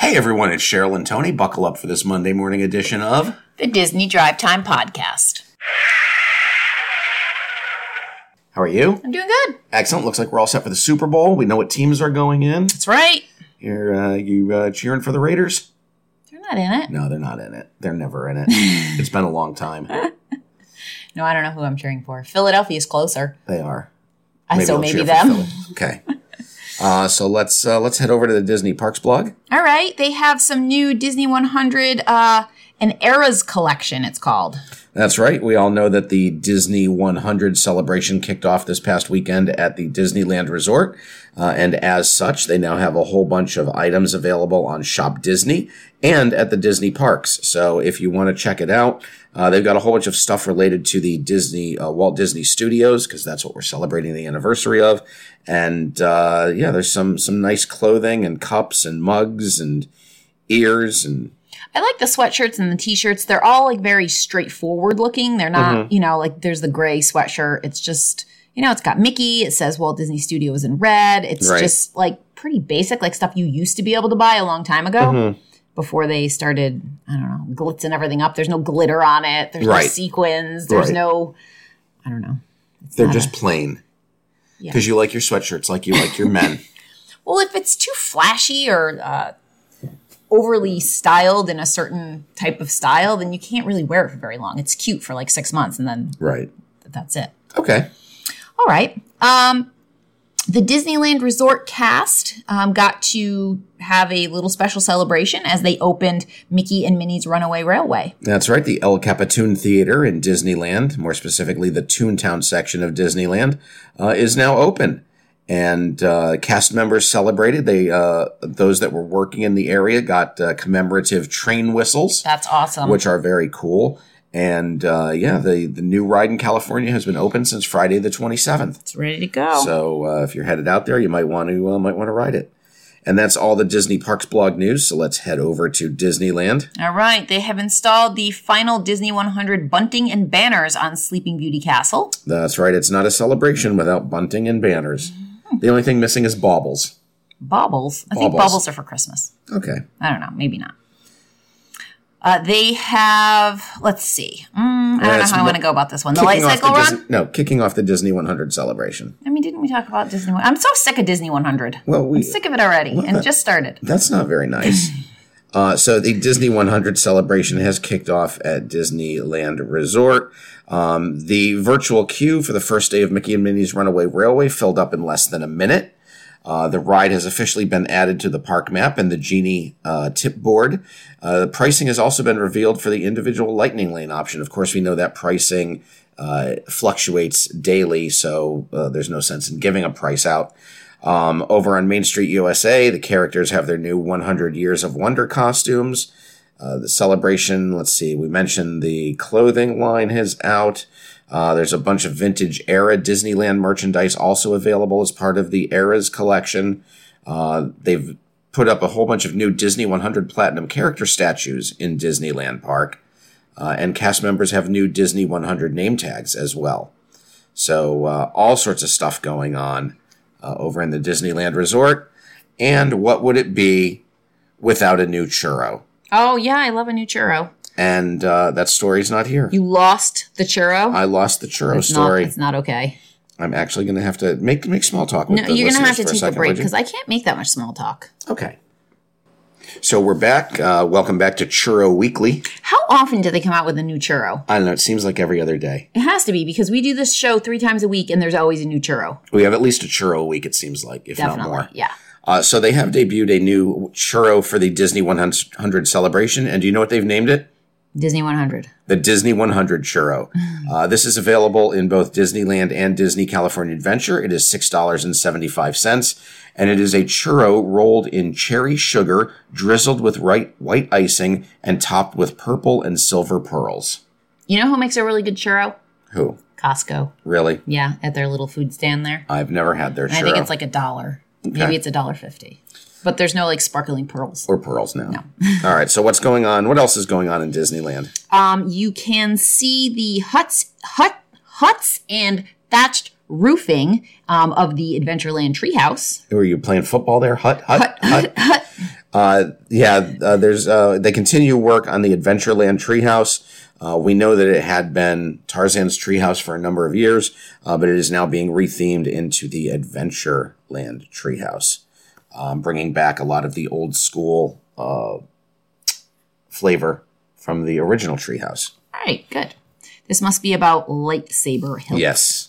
Hey everyone, it's Cheryl and Tony. Buckle up for this Monday morning edition of The Disney Drive Time Podcast. How are you? I'm doing good. Excellent. Looks like we're all set for the Super Bowl. We know what teams are going in. That's right. You're uh, you uh, cheering for the Raiders? They're not in it. No, they're not in it. They're never in it. it's been a long time. No, I don't know who I'm cheering for. Philadelphia's closer. They are. I so I'll maybe cheer for them. Philly. Okay. Uh, so let's uh, let's head over to the Disney Parks blog. All right. They have some new Disney 100 uh an eras collection it's called. That's right. We all know that the Disney 100 celebration kicked off this past weekend at the Disneyland Resort. Uh, and as such, they now have a whole bunch of items available on Shop Disney and at the Disney parks. So if you want to check it out, uh, they've got a whole bunch of stuff related to the Disney, uh, Walt Disney Studios, because that's what we're celebrating the anniversary of. And, uh, yeah, there's some, some nice clothing and cups and mugs and ears and I like the sweatshirts and the t-shirts. They're all like very straightforward looking. They're not, Mm-hmm. you know, like there's the gray sweatshirt. It's just, you know, it's got Mickey. It says Walt Disney Studios in red. It's Right. just like pretty basic, like stuff you used to be able to buy a long time ago. Mm-hmm. Before they started, I don't know, glitzing everything up. There's no glitter on it. There's no Right. sequins. There's Right. no, I don't know. they're just plain. Yeah. Because you like your sweatshirts like you like your men. Well, if it's too flashy or uh, overly styled in a certain type of style, then you can't really wear it for very long. It's cute for like six months, and then Right. that's it. Okay. All right. Um, the Disneyland Resort cast um, got to have a little special celebration as they opened Mickey and Minnie's Runaway Railway. That's right. The El Capitan Theater in Disneyland, more specifically the Toontown section of Disneyland, uh, is now open. And uh, cast members celebrated. They uh, those that were working in the area got uh, commemorative train whistles, That's awesome. which are very cool. And uh, yeah, the the new ride in California has been open since Friday the twenty seventh. it's ready to go. So uh, if you're headed out there, you might want to uh, might want to ride it. And that's all the Disney Parks blog news. So let's head over to Disneyland. All right. They have installed the final Disney 100 bunting and banners on Sleeping Beauty Castle. That's right. It's not a celebration without bunting and banners. The only thing missing is baubles. Baubles. I think Baubles. baubles are for Christmas. Okay. I don't know. Maybe not. Uh, they have, let's see. Mm, I Yeah, don't know it's how I mo- want to go about this one. The light off cycle the run? Disney, no, kicking off the Disney 100 celebration. I mean, didn't we talk about Disney? I'm so sick of Disney 100. Well, we sick of it already and just started. that's not very nice. Uh, so the Disney 100 celebration has kicked off at Disneyland Resort. Um, the virtual queue for the first day of Mickey and Minnie's Runaway Railway filled up in less than a minute. Uh, the ride has officially been added to the park map and the Genie uh, tip board. Uh, the pricing has also been revealed for the individual Lightning Lane option. Of course, we know that pricing uh, fluctuates daily, so uh, there's no sense in giving a price out. Um, over on Main Street USA, the characters have their new 100 Years of Wonder costumes. Uh, the celebration, let's see, we mentioned the clothing line is out. Uh, there's a bunch of vintage era Disneyland merchandise also available as part of the Eras collection. Uh, they've put up a whole bunch of new Disney 100 Platinum character statues in Disneyland Park. Uh, and cast members have new Disney 100 name tags as well. So, uh, all sorts of stuff going on uh, over in the Disneyland Resort. And what would it be without a new churro? Oh, yeah, I love a new churro. And uh, that story's not here. You lost the churro? I lost the churro it's story. Not, it's not okay. I'm I'm actually going to have to make make small talk with no, the you're going to listeners have to for take a, second, break would you? because I can't make that much small talk. okay. So we're back. Uh, welcome back to Churro Weekly. How often do they come out with a new churro? I don't know. It seems like every other day It has to be because we do this show three times a week and there's always a new churro. we have at least a churro a week. It seems like, if not Definitely. more. Yeah. Uh, so they have debuted a new churro for the Disney 100 celebration, and do you know what they've named it? Disney 100. the Disney 100 churro. Hmm. Uh, this is available in both Disneyland and Disney California Adventure. It is $6.75, and it is a churro rolled in cherry sugar, drizzled with right, white icing, and topped with purple and silver pearls. You know who makes a really good churro? Who? Costco. Really? Yeah, at their little food stand there. I've never had their And churro. I think it's like a dollar. Okay. Maybe it's a dollar fifty. But there's no like sparkling pearls. or pearls now. All right, so what's going on? What else is going on in Disneyland? Um, you can see the huts, hut, huts and thatched roofing um, of the Adventureland treehouse. Who are you playing football there? Hut, hut, hut. Uh, yeah, uh, there's uh, they continue work on the Adventureland treehouse. Uh, we know that it had been Tarzan's treehouse for a number of years, uh, but it is now being rethemed into the Adventureland treehouse, um, bringing back a lot of the old school uh, flavor from the original treehouse. All right, good. This must be about lightsaber hilt. Yes.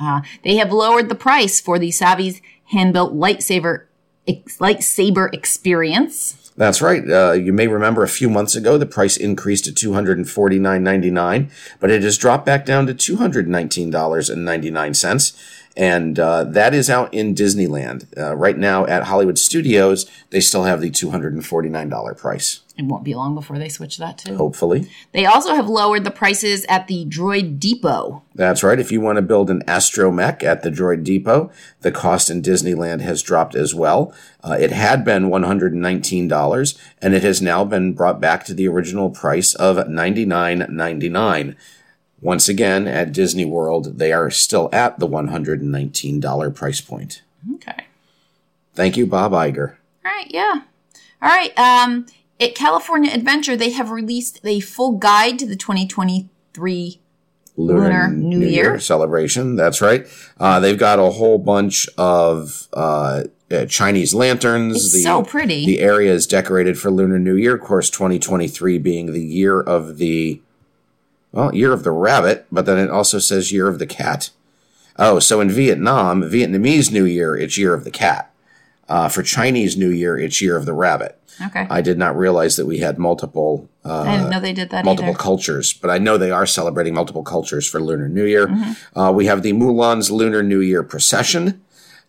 Uh, they have lowered the price for the Savvy's hand-built lightsaber ex- lightsaber experience. That's right. Uh, you may remember a few months ago the price increased to two hundred and forty nine ninety nine, but it has dropped back down to two hundred nineteen dollars and ninety nine cents, and uh, that is out in Disneyland uh, right now at Hollywood Studios. They still have the two hundred and forty nine dollar price. It won't be long before they switch that too. Hopefully, They also have lowered the prices at the Droid Depot. that's right. If you want to build an astromech at the Droid Depot, the cost in Disneyland has dropped as well. Uh, it had been one hundred and nineteen dollars, and it has now been brought back to the original price of ninety nine ninety nine. Once again, at Disney World, they are still at the one hundred and nineteen dollar price point. Okay. Thank you, Bob Iger. All right. Yeah. All right. Um, at California Adventure, they have released a full guide to the 2023. Lunar New Year. celebration. That's right. Uh, they've got a whole bunch of uh, uh, Chinese lanterns. It's so pretty. The area is decorated for Lunar New Year. Of course, 2023 being the year of the well, year of the rabbit, but then it also says year of the cat. Oh, so in Vietnam, Vietnamese New Year, it's year of the cat. Uh, for Chinese New Year, it's year of the rabbit. okay. I, I did not realize that we had multiple uh, didn't know they did that multiple either. cultures, but I know they are celebrating multiple cultures for Lunar New Year. Uh, we have the Mulan's Lunar New Year procession.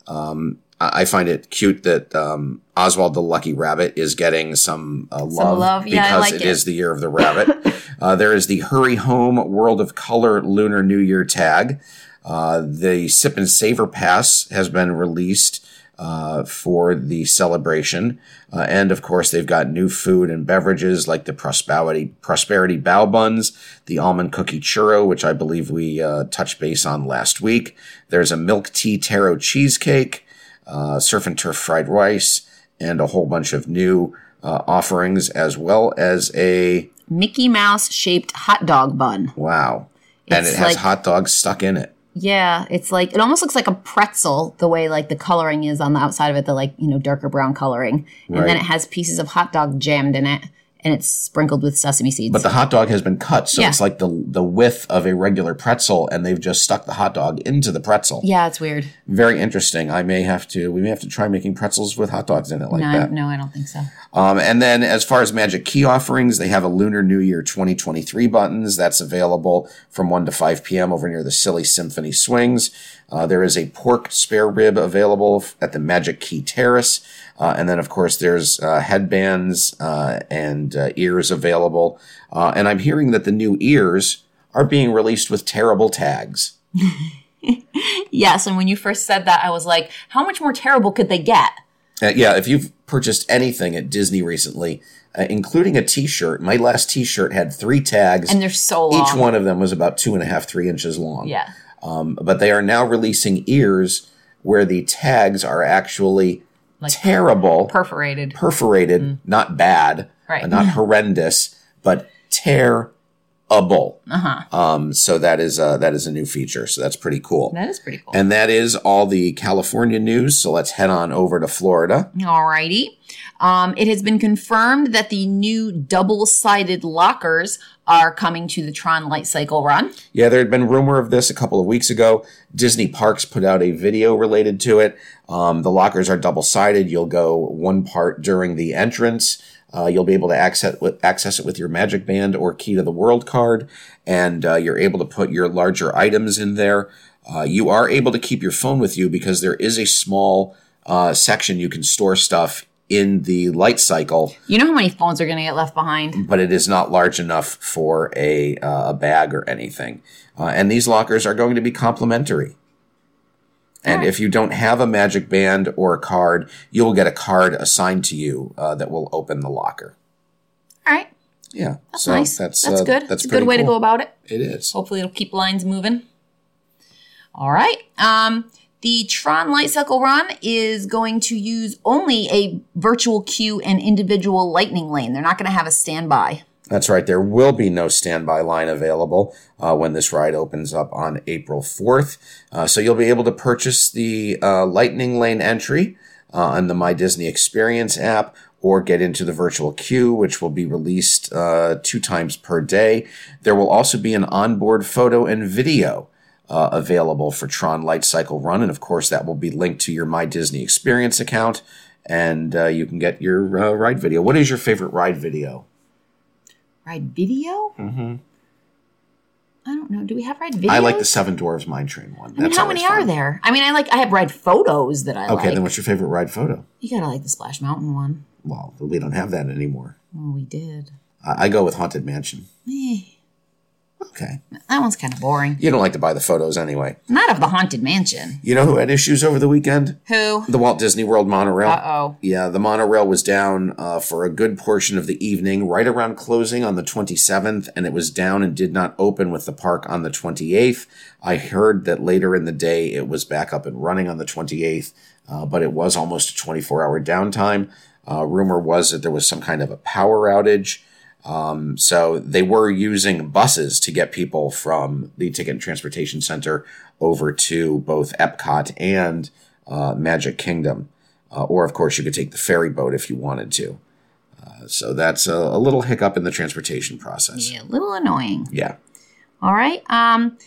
Um, I I find it cute that um, Oswald the Lucky Rabbit is getting some, uh, love, love. because Yeah, I like it it. is the year of the rabbit. uh, there is the Hurry Home World of Color Lunar New Year tag. Uh, the Sip and Savor Pass has been released uh, for the celebration. Uh, and of course, they've got new food and beverages like the Prosperity, Prosperity Bao Buns, the Almond Cookie Churro, which I believe we uh, touched base on last week. There's a Milk Tea Taro Cheesecake, uh, Surf and Turf Fried Rice, and a whole bunch of new uh, offerings, as well as a Mickey Mouse shaped hot dog bun. wow. And It's it has like- hot dogs stuck in it. Yeah, it's like it almost looks like a pretzel the way like the coloring is on the outside of it, the like, you know, darker brown coloring. And Right. then it has pieces of hot dog jammed in it and it's sprinkled with sesame seeds. But the hot dog has been cut, so Yeah. it's like the the width of a regular pretzel, and they've just stuck the hot dog into the pretzel. yeah, it's weird. Very interesting. I may have to. We may have to try making pretzels with hot dogs in it like No, I, that. no, I don't think so. Um, and then, as far as Magic Key offerings, they have a Lunar New Year 2023 buttons that's available from 1 to 5 p.m. over near the Silly Symphony Swings. Uh, there is a pork spare rib available f- at the Magic Key Terrace. Uh, and then, of course, there's uh, headbands uh, and uh, ears available. Uh, and I'm hearing that the new ears are being released with terrible tags. Yes, and when you first said that, I was like, how much more terrible could they get? Uh, yeah, if you've purchased anything at Disney recently, uh, including a T-shirt, my last T-shirt had three tags, And they're so long. each one of them was about two and a half, three inches long. Um, Yeah. Um, but they are now releasing ears where the tags are actually terrible, Perforated. perforated, not bad, Mm. Right. uh, not horrendous, but terrible. Uh-huh. Um, so that is uh, that is a new feature. So that's pretty cool. That is pretty cool. and that is all the California news. So let's head on over to Florida. Alrighty. Um, it has been confirmed that the new double-sided lockers are coming to the Tron Light Cycle run. Yeah, there had been rumor of this a couple of weeks ago. Disney Parks put out a video related to it. Um, the lockers are double sided. You'll go one part during the entrance. Uh, you'll be able to access with, access it with your Magic Band or Key to the World card, and uh, you're able to put your larger items in there. Uh, you are able to keep your phone with you because there is a small uh, section you can store stuff in the light cycle You know how many phones are going to get left behind? but it is not large enough for a, uh, a bag or anything. Uh, and these lockers are going to be complimentary. And if you don't have a magic band or a card, you will get a card assigned to you uh, that will open the locker. All right. Yeah, that's uh, nice. That's, good. That's a good way to go about it. It is. Hopefully, it'll keep lines moving. All right. Um, The Tron Lightcycle Run is going to use only a virtual queue and individual lightning lane. They're not going to have a standby. That's right. There will be no standby line available uh, when this ride opens up on April 4th. Uh, so you'll be able to purchase the uh, Lightning Lane entry uh, on the My Disney Experience app or get into the virtual queue, which will be released uh, two times per day. There will also be an onboard photo and video. uh, available for Tron Light Cycle Run. And of course, that will be linked to your My Disney Experience account, and uh, you can get your uh, ride video. What is your favorite ride video? ride video? Mm-hmm. I don't know. Do we have ride video? I like the Seven Dwarves Mine Train one. I mean, how many are fun. there? I mean, I like I have ride photos that I Okay, like. then what's your favorite ride photo? You gotta like the Splash Mountain one. Well, we don't have that anymore. Oh, we did. I, I go with Haunted Mansion. Eh, Okay. that one's kind of boring. You don't like to buy the photos anyway. Not of the haunted mansion. You know who had issues over the weekend? Who? The Walt Disney World monorail. Uh oh. Yeah, the monorail was down uh, for a good portion of the evening, right around closing on the 27th, and it was down and did not open with the park on the 28th. I heard that later in the day it was back up and running on the 28th, uh, but it was almost a 24 hour downtime. Uh, rumor was that there was some kind of a power outage. Um, so they were using buses to get people from the Ticket and Transportation Center over to both Epcot and uh, Magic Kingdom. Uh, or, of course, you could take the ferry boat if you wanted to. Uh, so that's a, a little hiccup in the transportation process. Yeah, a little annoying. Yeah. All right. Um,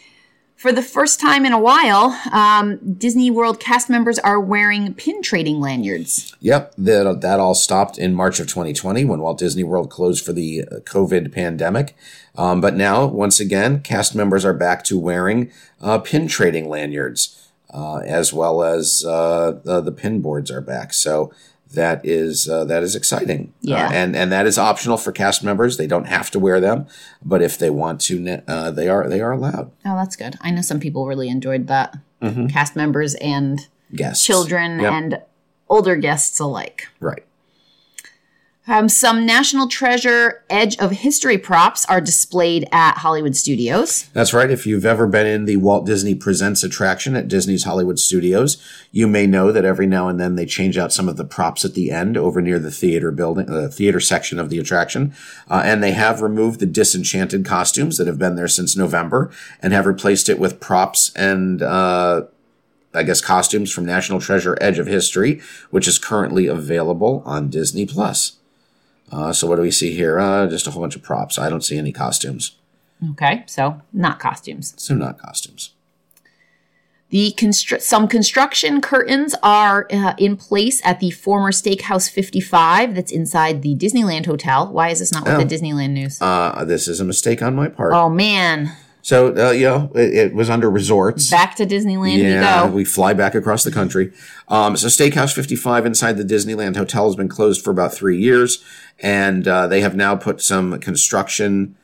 for the first time in a while, um, Disney World cast members are wearing pin trading lanyards. Yep. That, that all stopped in March of 2020 when Walt Disney World closed for the uh, COVID pandemic. Um, but now, once again, cast members are back to wearing uh, pin trading lanyards, uh, as well as uh, the, the pin boards are back. So that is uh, that is exciting. Yeah. Uh, and and that is optional for cast members. They don't have to wear them, but if they want to, ne- uh, they are they are allowed. Oh, that's good. I know some people really enjoyed that. Mm-hmm. Cast members and Guests, children Yep. and older guests alike. right. Um, some National Treasure Edge of History props are displayed at Hollywood Studios. That's right. If you've ever been in the Walt Disney Presents attraction at Disney's Hollywood Studios, you may know that every now and then they change out some of the props at the end over near the theater building, the theater section of the attraction. Uh, and they have removed the disenchanted costumes that have been there since November and have replaced it with props and, uh, I guess costumes from National Treasure Edge of History, which is currently available on Disney Plus. Uh, so what do we see here? Uh, just a whole bunch of props. I don't see any costumes. Okay, so not costumes. So not costumes. The constru- some construction curtains are uh, in place at the former Steakhouse 55 that's inside the Disneyland Hotel. Why is this not with the Disneyland news? Oh. uh, this is a mistake on my part. oh man, So, uh, you know, it, it was under resorts. back to Disneyland yeah, we go. we fly back across the country. Um, so, Steakhouse 55 inside the Disneyland Hotel has been closed for about three years, and uh, they have now put some construction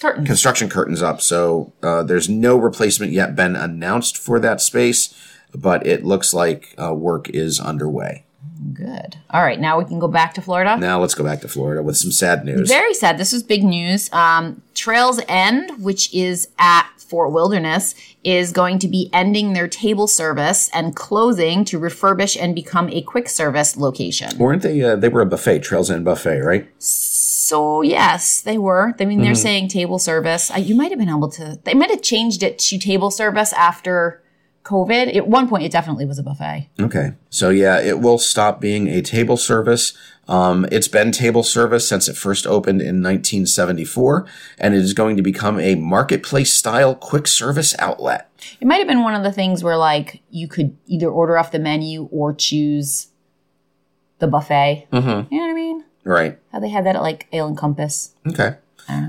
Curtains. construction curtains up. So, uh, there's no replacement yet been announced for that space, but it looks like uh, work is underway. Good. All right, now we can go back to Florida. Now, let's go back to Florida with some sad news. Very sad. This was big news. Um, Trails End, which is at Fort Wilderness, is going to be ending their table service and closing to refurbish and become a quick service location. Weren't they? Uh, they were a buffet, Trails End Buffet, right? So yes, they were. I mean, they're saying table service. Uh, you might have been able to. They might have changed it to table service after COVID. At one point, it definitely was a buffet. Okay. So yeah, it will stop being a table service. Um, it's been table service since it first opened in 1974, and it is going to become a marketplace style quick service outlet. It might have been one of the things where like you could either order off the menu or choose the buffet. Mhm. You know what I mean? Right. How they had that at like Ale and Compass. Okay.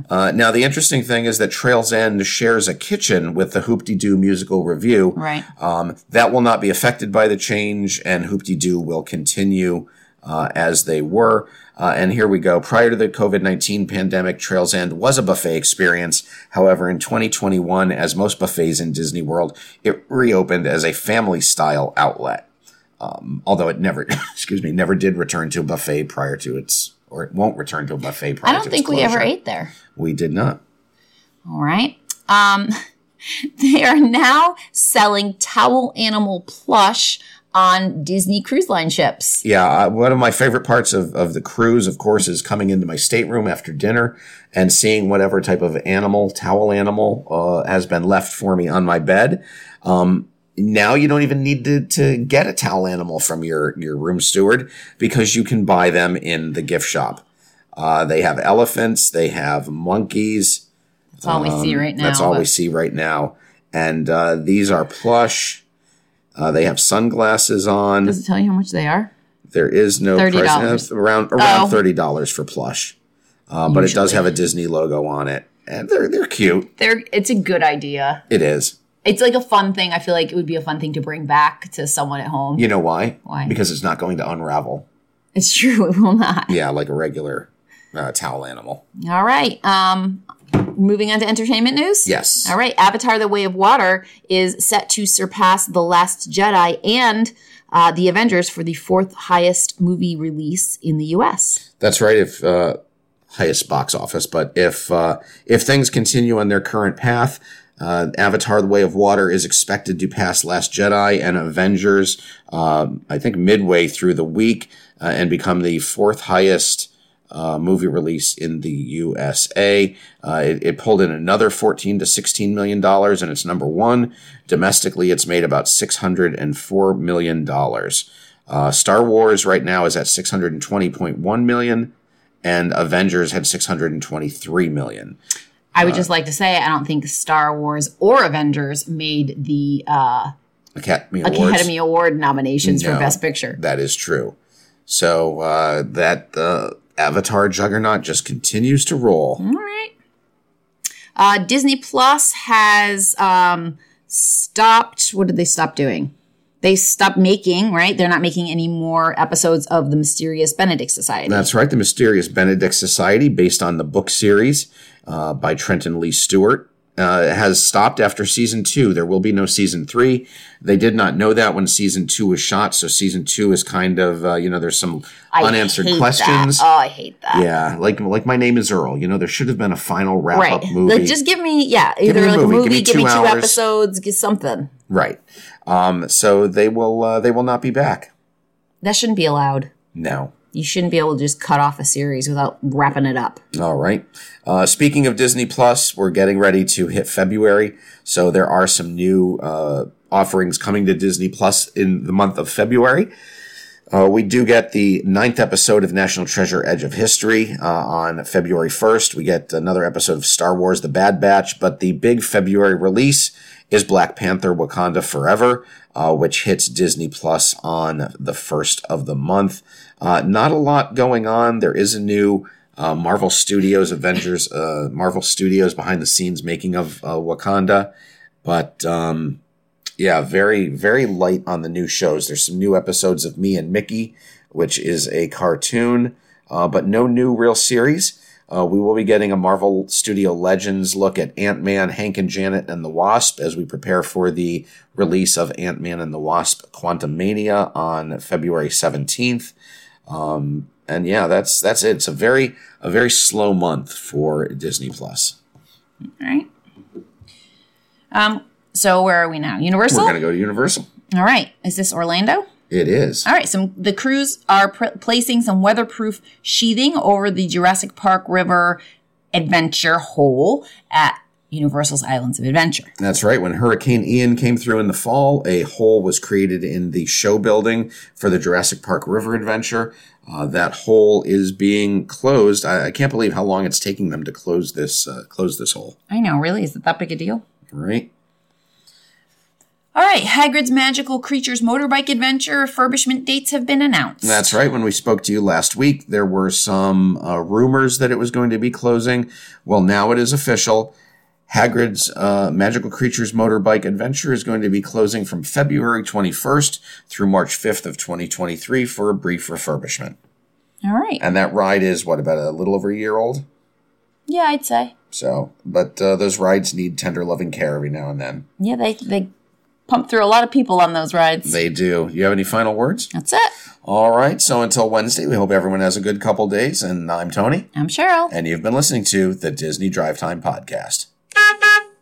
Uh, now the interesting thing is that Trails End shares a kitchen with the Hoopty Doo musical review. Right. Um, that will not be affected by the change, and Hoopty Doo will continue uh, as they were. Uh, and here we go. Prior to the COVID 19 pandemic, Trails End was a buffet experience. However, in 2021, as most buffets in Disney World, it reopened as a family style outlet. Um, although it never, excuse me, never did return to a buffet prior to its, or it won't return to a buffet prior I to don't its think we ever closure. ate there. We did not. All right. Um, They are now selling towel animal plush on Disney cruise line ships. Yeah, I- one of my favorite parts of, of the cruise, of course, is coming into my stateroom after dinner and seeing whatever type of animal, towel animal, uh, has been left for me on my bed. Um, now you don't even need to, to get a towel animal from your, your room steward because you can buy them in the gift shop. Uh, they have elephants, they have monkeys. That's all we see Um, right now. That's all we but- see right now. And uh, these are plush. Uh, they have sunglasses on. Does it tell you how much they are? There is no $30. price. Uh, around around Oh. thirty dollars for plush, uh, but it does Usually. have a Disney logo on it, and they're they're cute. They're, it's a good idea. It is. It's like a fun thing. I feel like it would be a fun thing to bring back to someone at home. You know why? Why? Because it's not going to unravel. It's true. It will not. Yeah, like a regular uh, towel animal. All right. Um, moving on to entertainment news. Yes. All right. Avatar: The Way of Water is set to surpass The Last Jedi and uh, The Avengers for the fourth highest movie release in the U.S. That's right. If uh, highest box office, but if uh, if things continue on their current path, uh, Avatar: The Way of Water is expected to pass Last Jedi and Avengers. Um, I think midway through the week uh, and become the fourth highest. Uh, movie release in the USA. Uh, it, it pulled in another 14 to 16 million dollars, and it's number one domestically. It's made about 604 million dollars. Uh, Star Wars right now is at 620.1 million, and Avengers had 623 million. I would just like to say I don't think Star Wars or Avengers made the uh, Academy Awards. Academy Award nominations No. for Best Picture. That is true. So uh, that uh, Avatar juggernaut just continues to roll. All right. Uh, Disney Plus has um, stopped. What did they stop doing? They stopped making, right? They're not making any more episodes of The Mysterious Benedict Society. That's right. The Mysterious Benedict Society, based on the book series uh, by Trenton Lee Stewart, uh, has stopped after season two. There will be no season three. They did not know that when season two was shot. So season two is kind of, uh, you know, there's some I unanswered hate that. questions. Oh, I hate that. Yeah, like like my name is Earl. You know, there should have been a final wrap Right. up movie. Like, just give me, yeah, either me a like movie. a Give movie, me give me, two two, hours. episodes, get something. right. Um. So they will. Uh, they will not be back. That shouldn't be allowed. No. You shouldn't be able to just cut off a series without wrapping it up. All right. Uh, speaking of Disney Plus, we're getting ready to hit February, so there are some new uh, offerings coming to Disney Plus in the month of February. Uh, we do get the ninth episode of National Treasure Edge of History uh, on February 1st. We get another episode of Star Wars The Bad Batch, but the big February release is Black Panther Wakanda Forever, uh, which hits Disney Plus on the first of the month. Uh, not a lot going on. There is a new uh, Marvel Studios Avengers, uh, Marvel Studios behind the scenes making of uh, Wakanda, but um, yeah, very very light on the new shows. There's some new episodes of Me and Mickey, which is a cartoon, uh, but no new real series. Uh, we will be getting a Marvel Studio Legends look at Ant Man, Hank and Janet, and the Wasp as we prepare for the release of Ant Man and the Wasp: Quantum Mania on February seventeenth. Um, and yeah, that's that's it. It's a very a very slow month for Disney Plus. All right. Um, so where are we now? Universal? We're gonna go to Universal. All right. Is this Orlando? It is. All right, some the crews are pr- placing some weatherproof sheathing over the Jurassic Park River Adventure Hole at Universal's Islands of Adventure. That's right. When Hurricane Ian came through in the fall, a hole was created in the show building for the Jurassic Park River Adventure. Uh, that hole is being closed. I, I can't believe how long it's taking them to close this uh, close this hole. I know, really, is it that big a deal? Right. All right, Hagrid's Magical Creatures Motorbike Adventure refurbishment dates have been announced. That's right. When we spoke to you last week, there were some uh, rumors that it was going to be closing. Well, now it is official. Hagrid's uh, Magical Creatures Motorbike Adventure is going to be closing from February 21st through March 5th of 2023 for a brief refurbishment. All right. And that ride is what about a little over a year old. Yeah, I'd say. So, but uh, those rides need tender loving care every now and then. Yeah, they they pump through a lot of people on those rides. They do. You have any final words? That's it. All right. So until Wednesday, we hope everyone has a good couple days. And I'm Tony, I'm Cheryl. and you've been listening to the Disney Drive Time Podcast. Bye.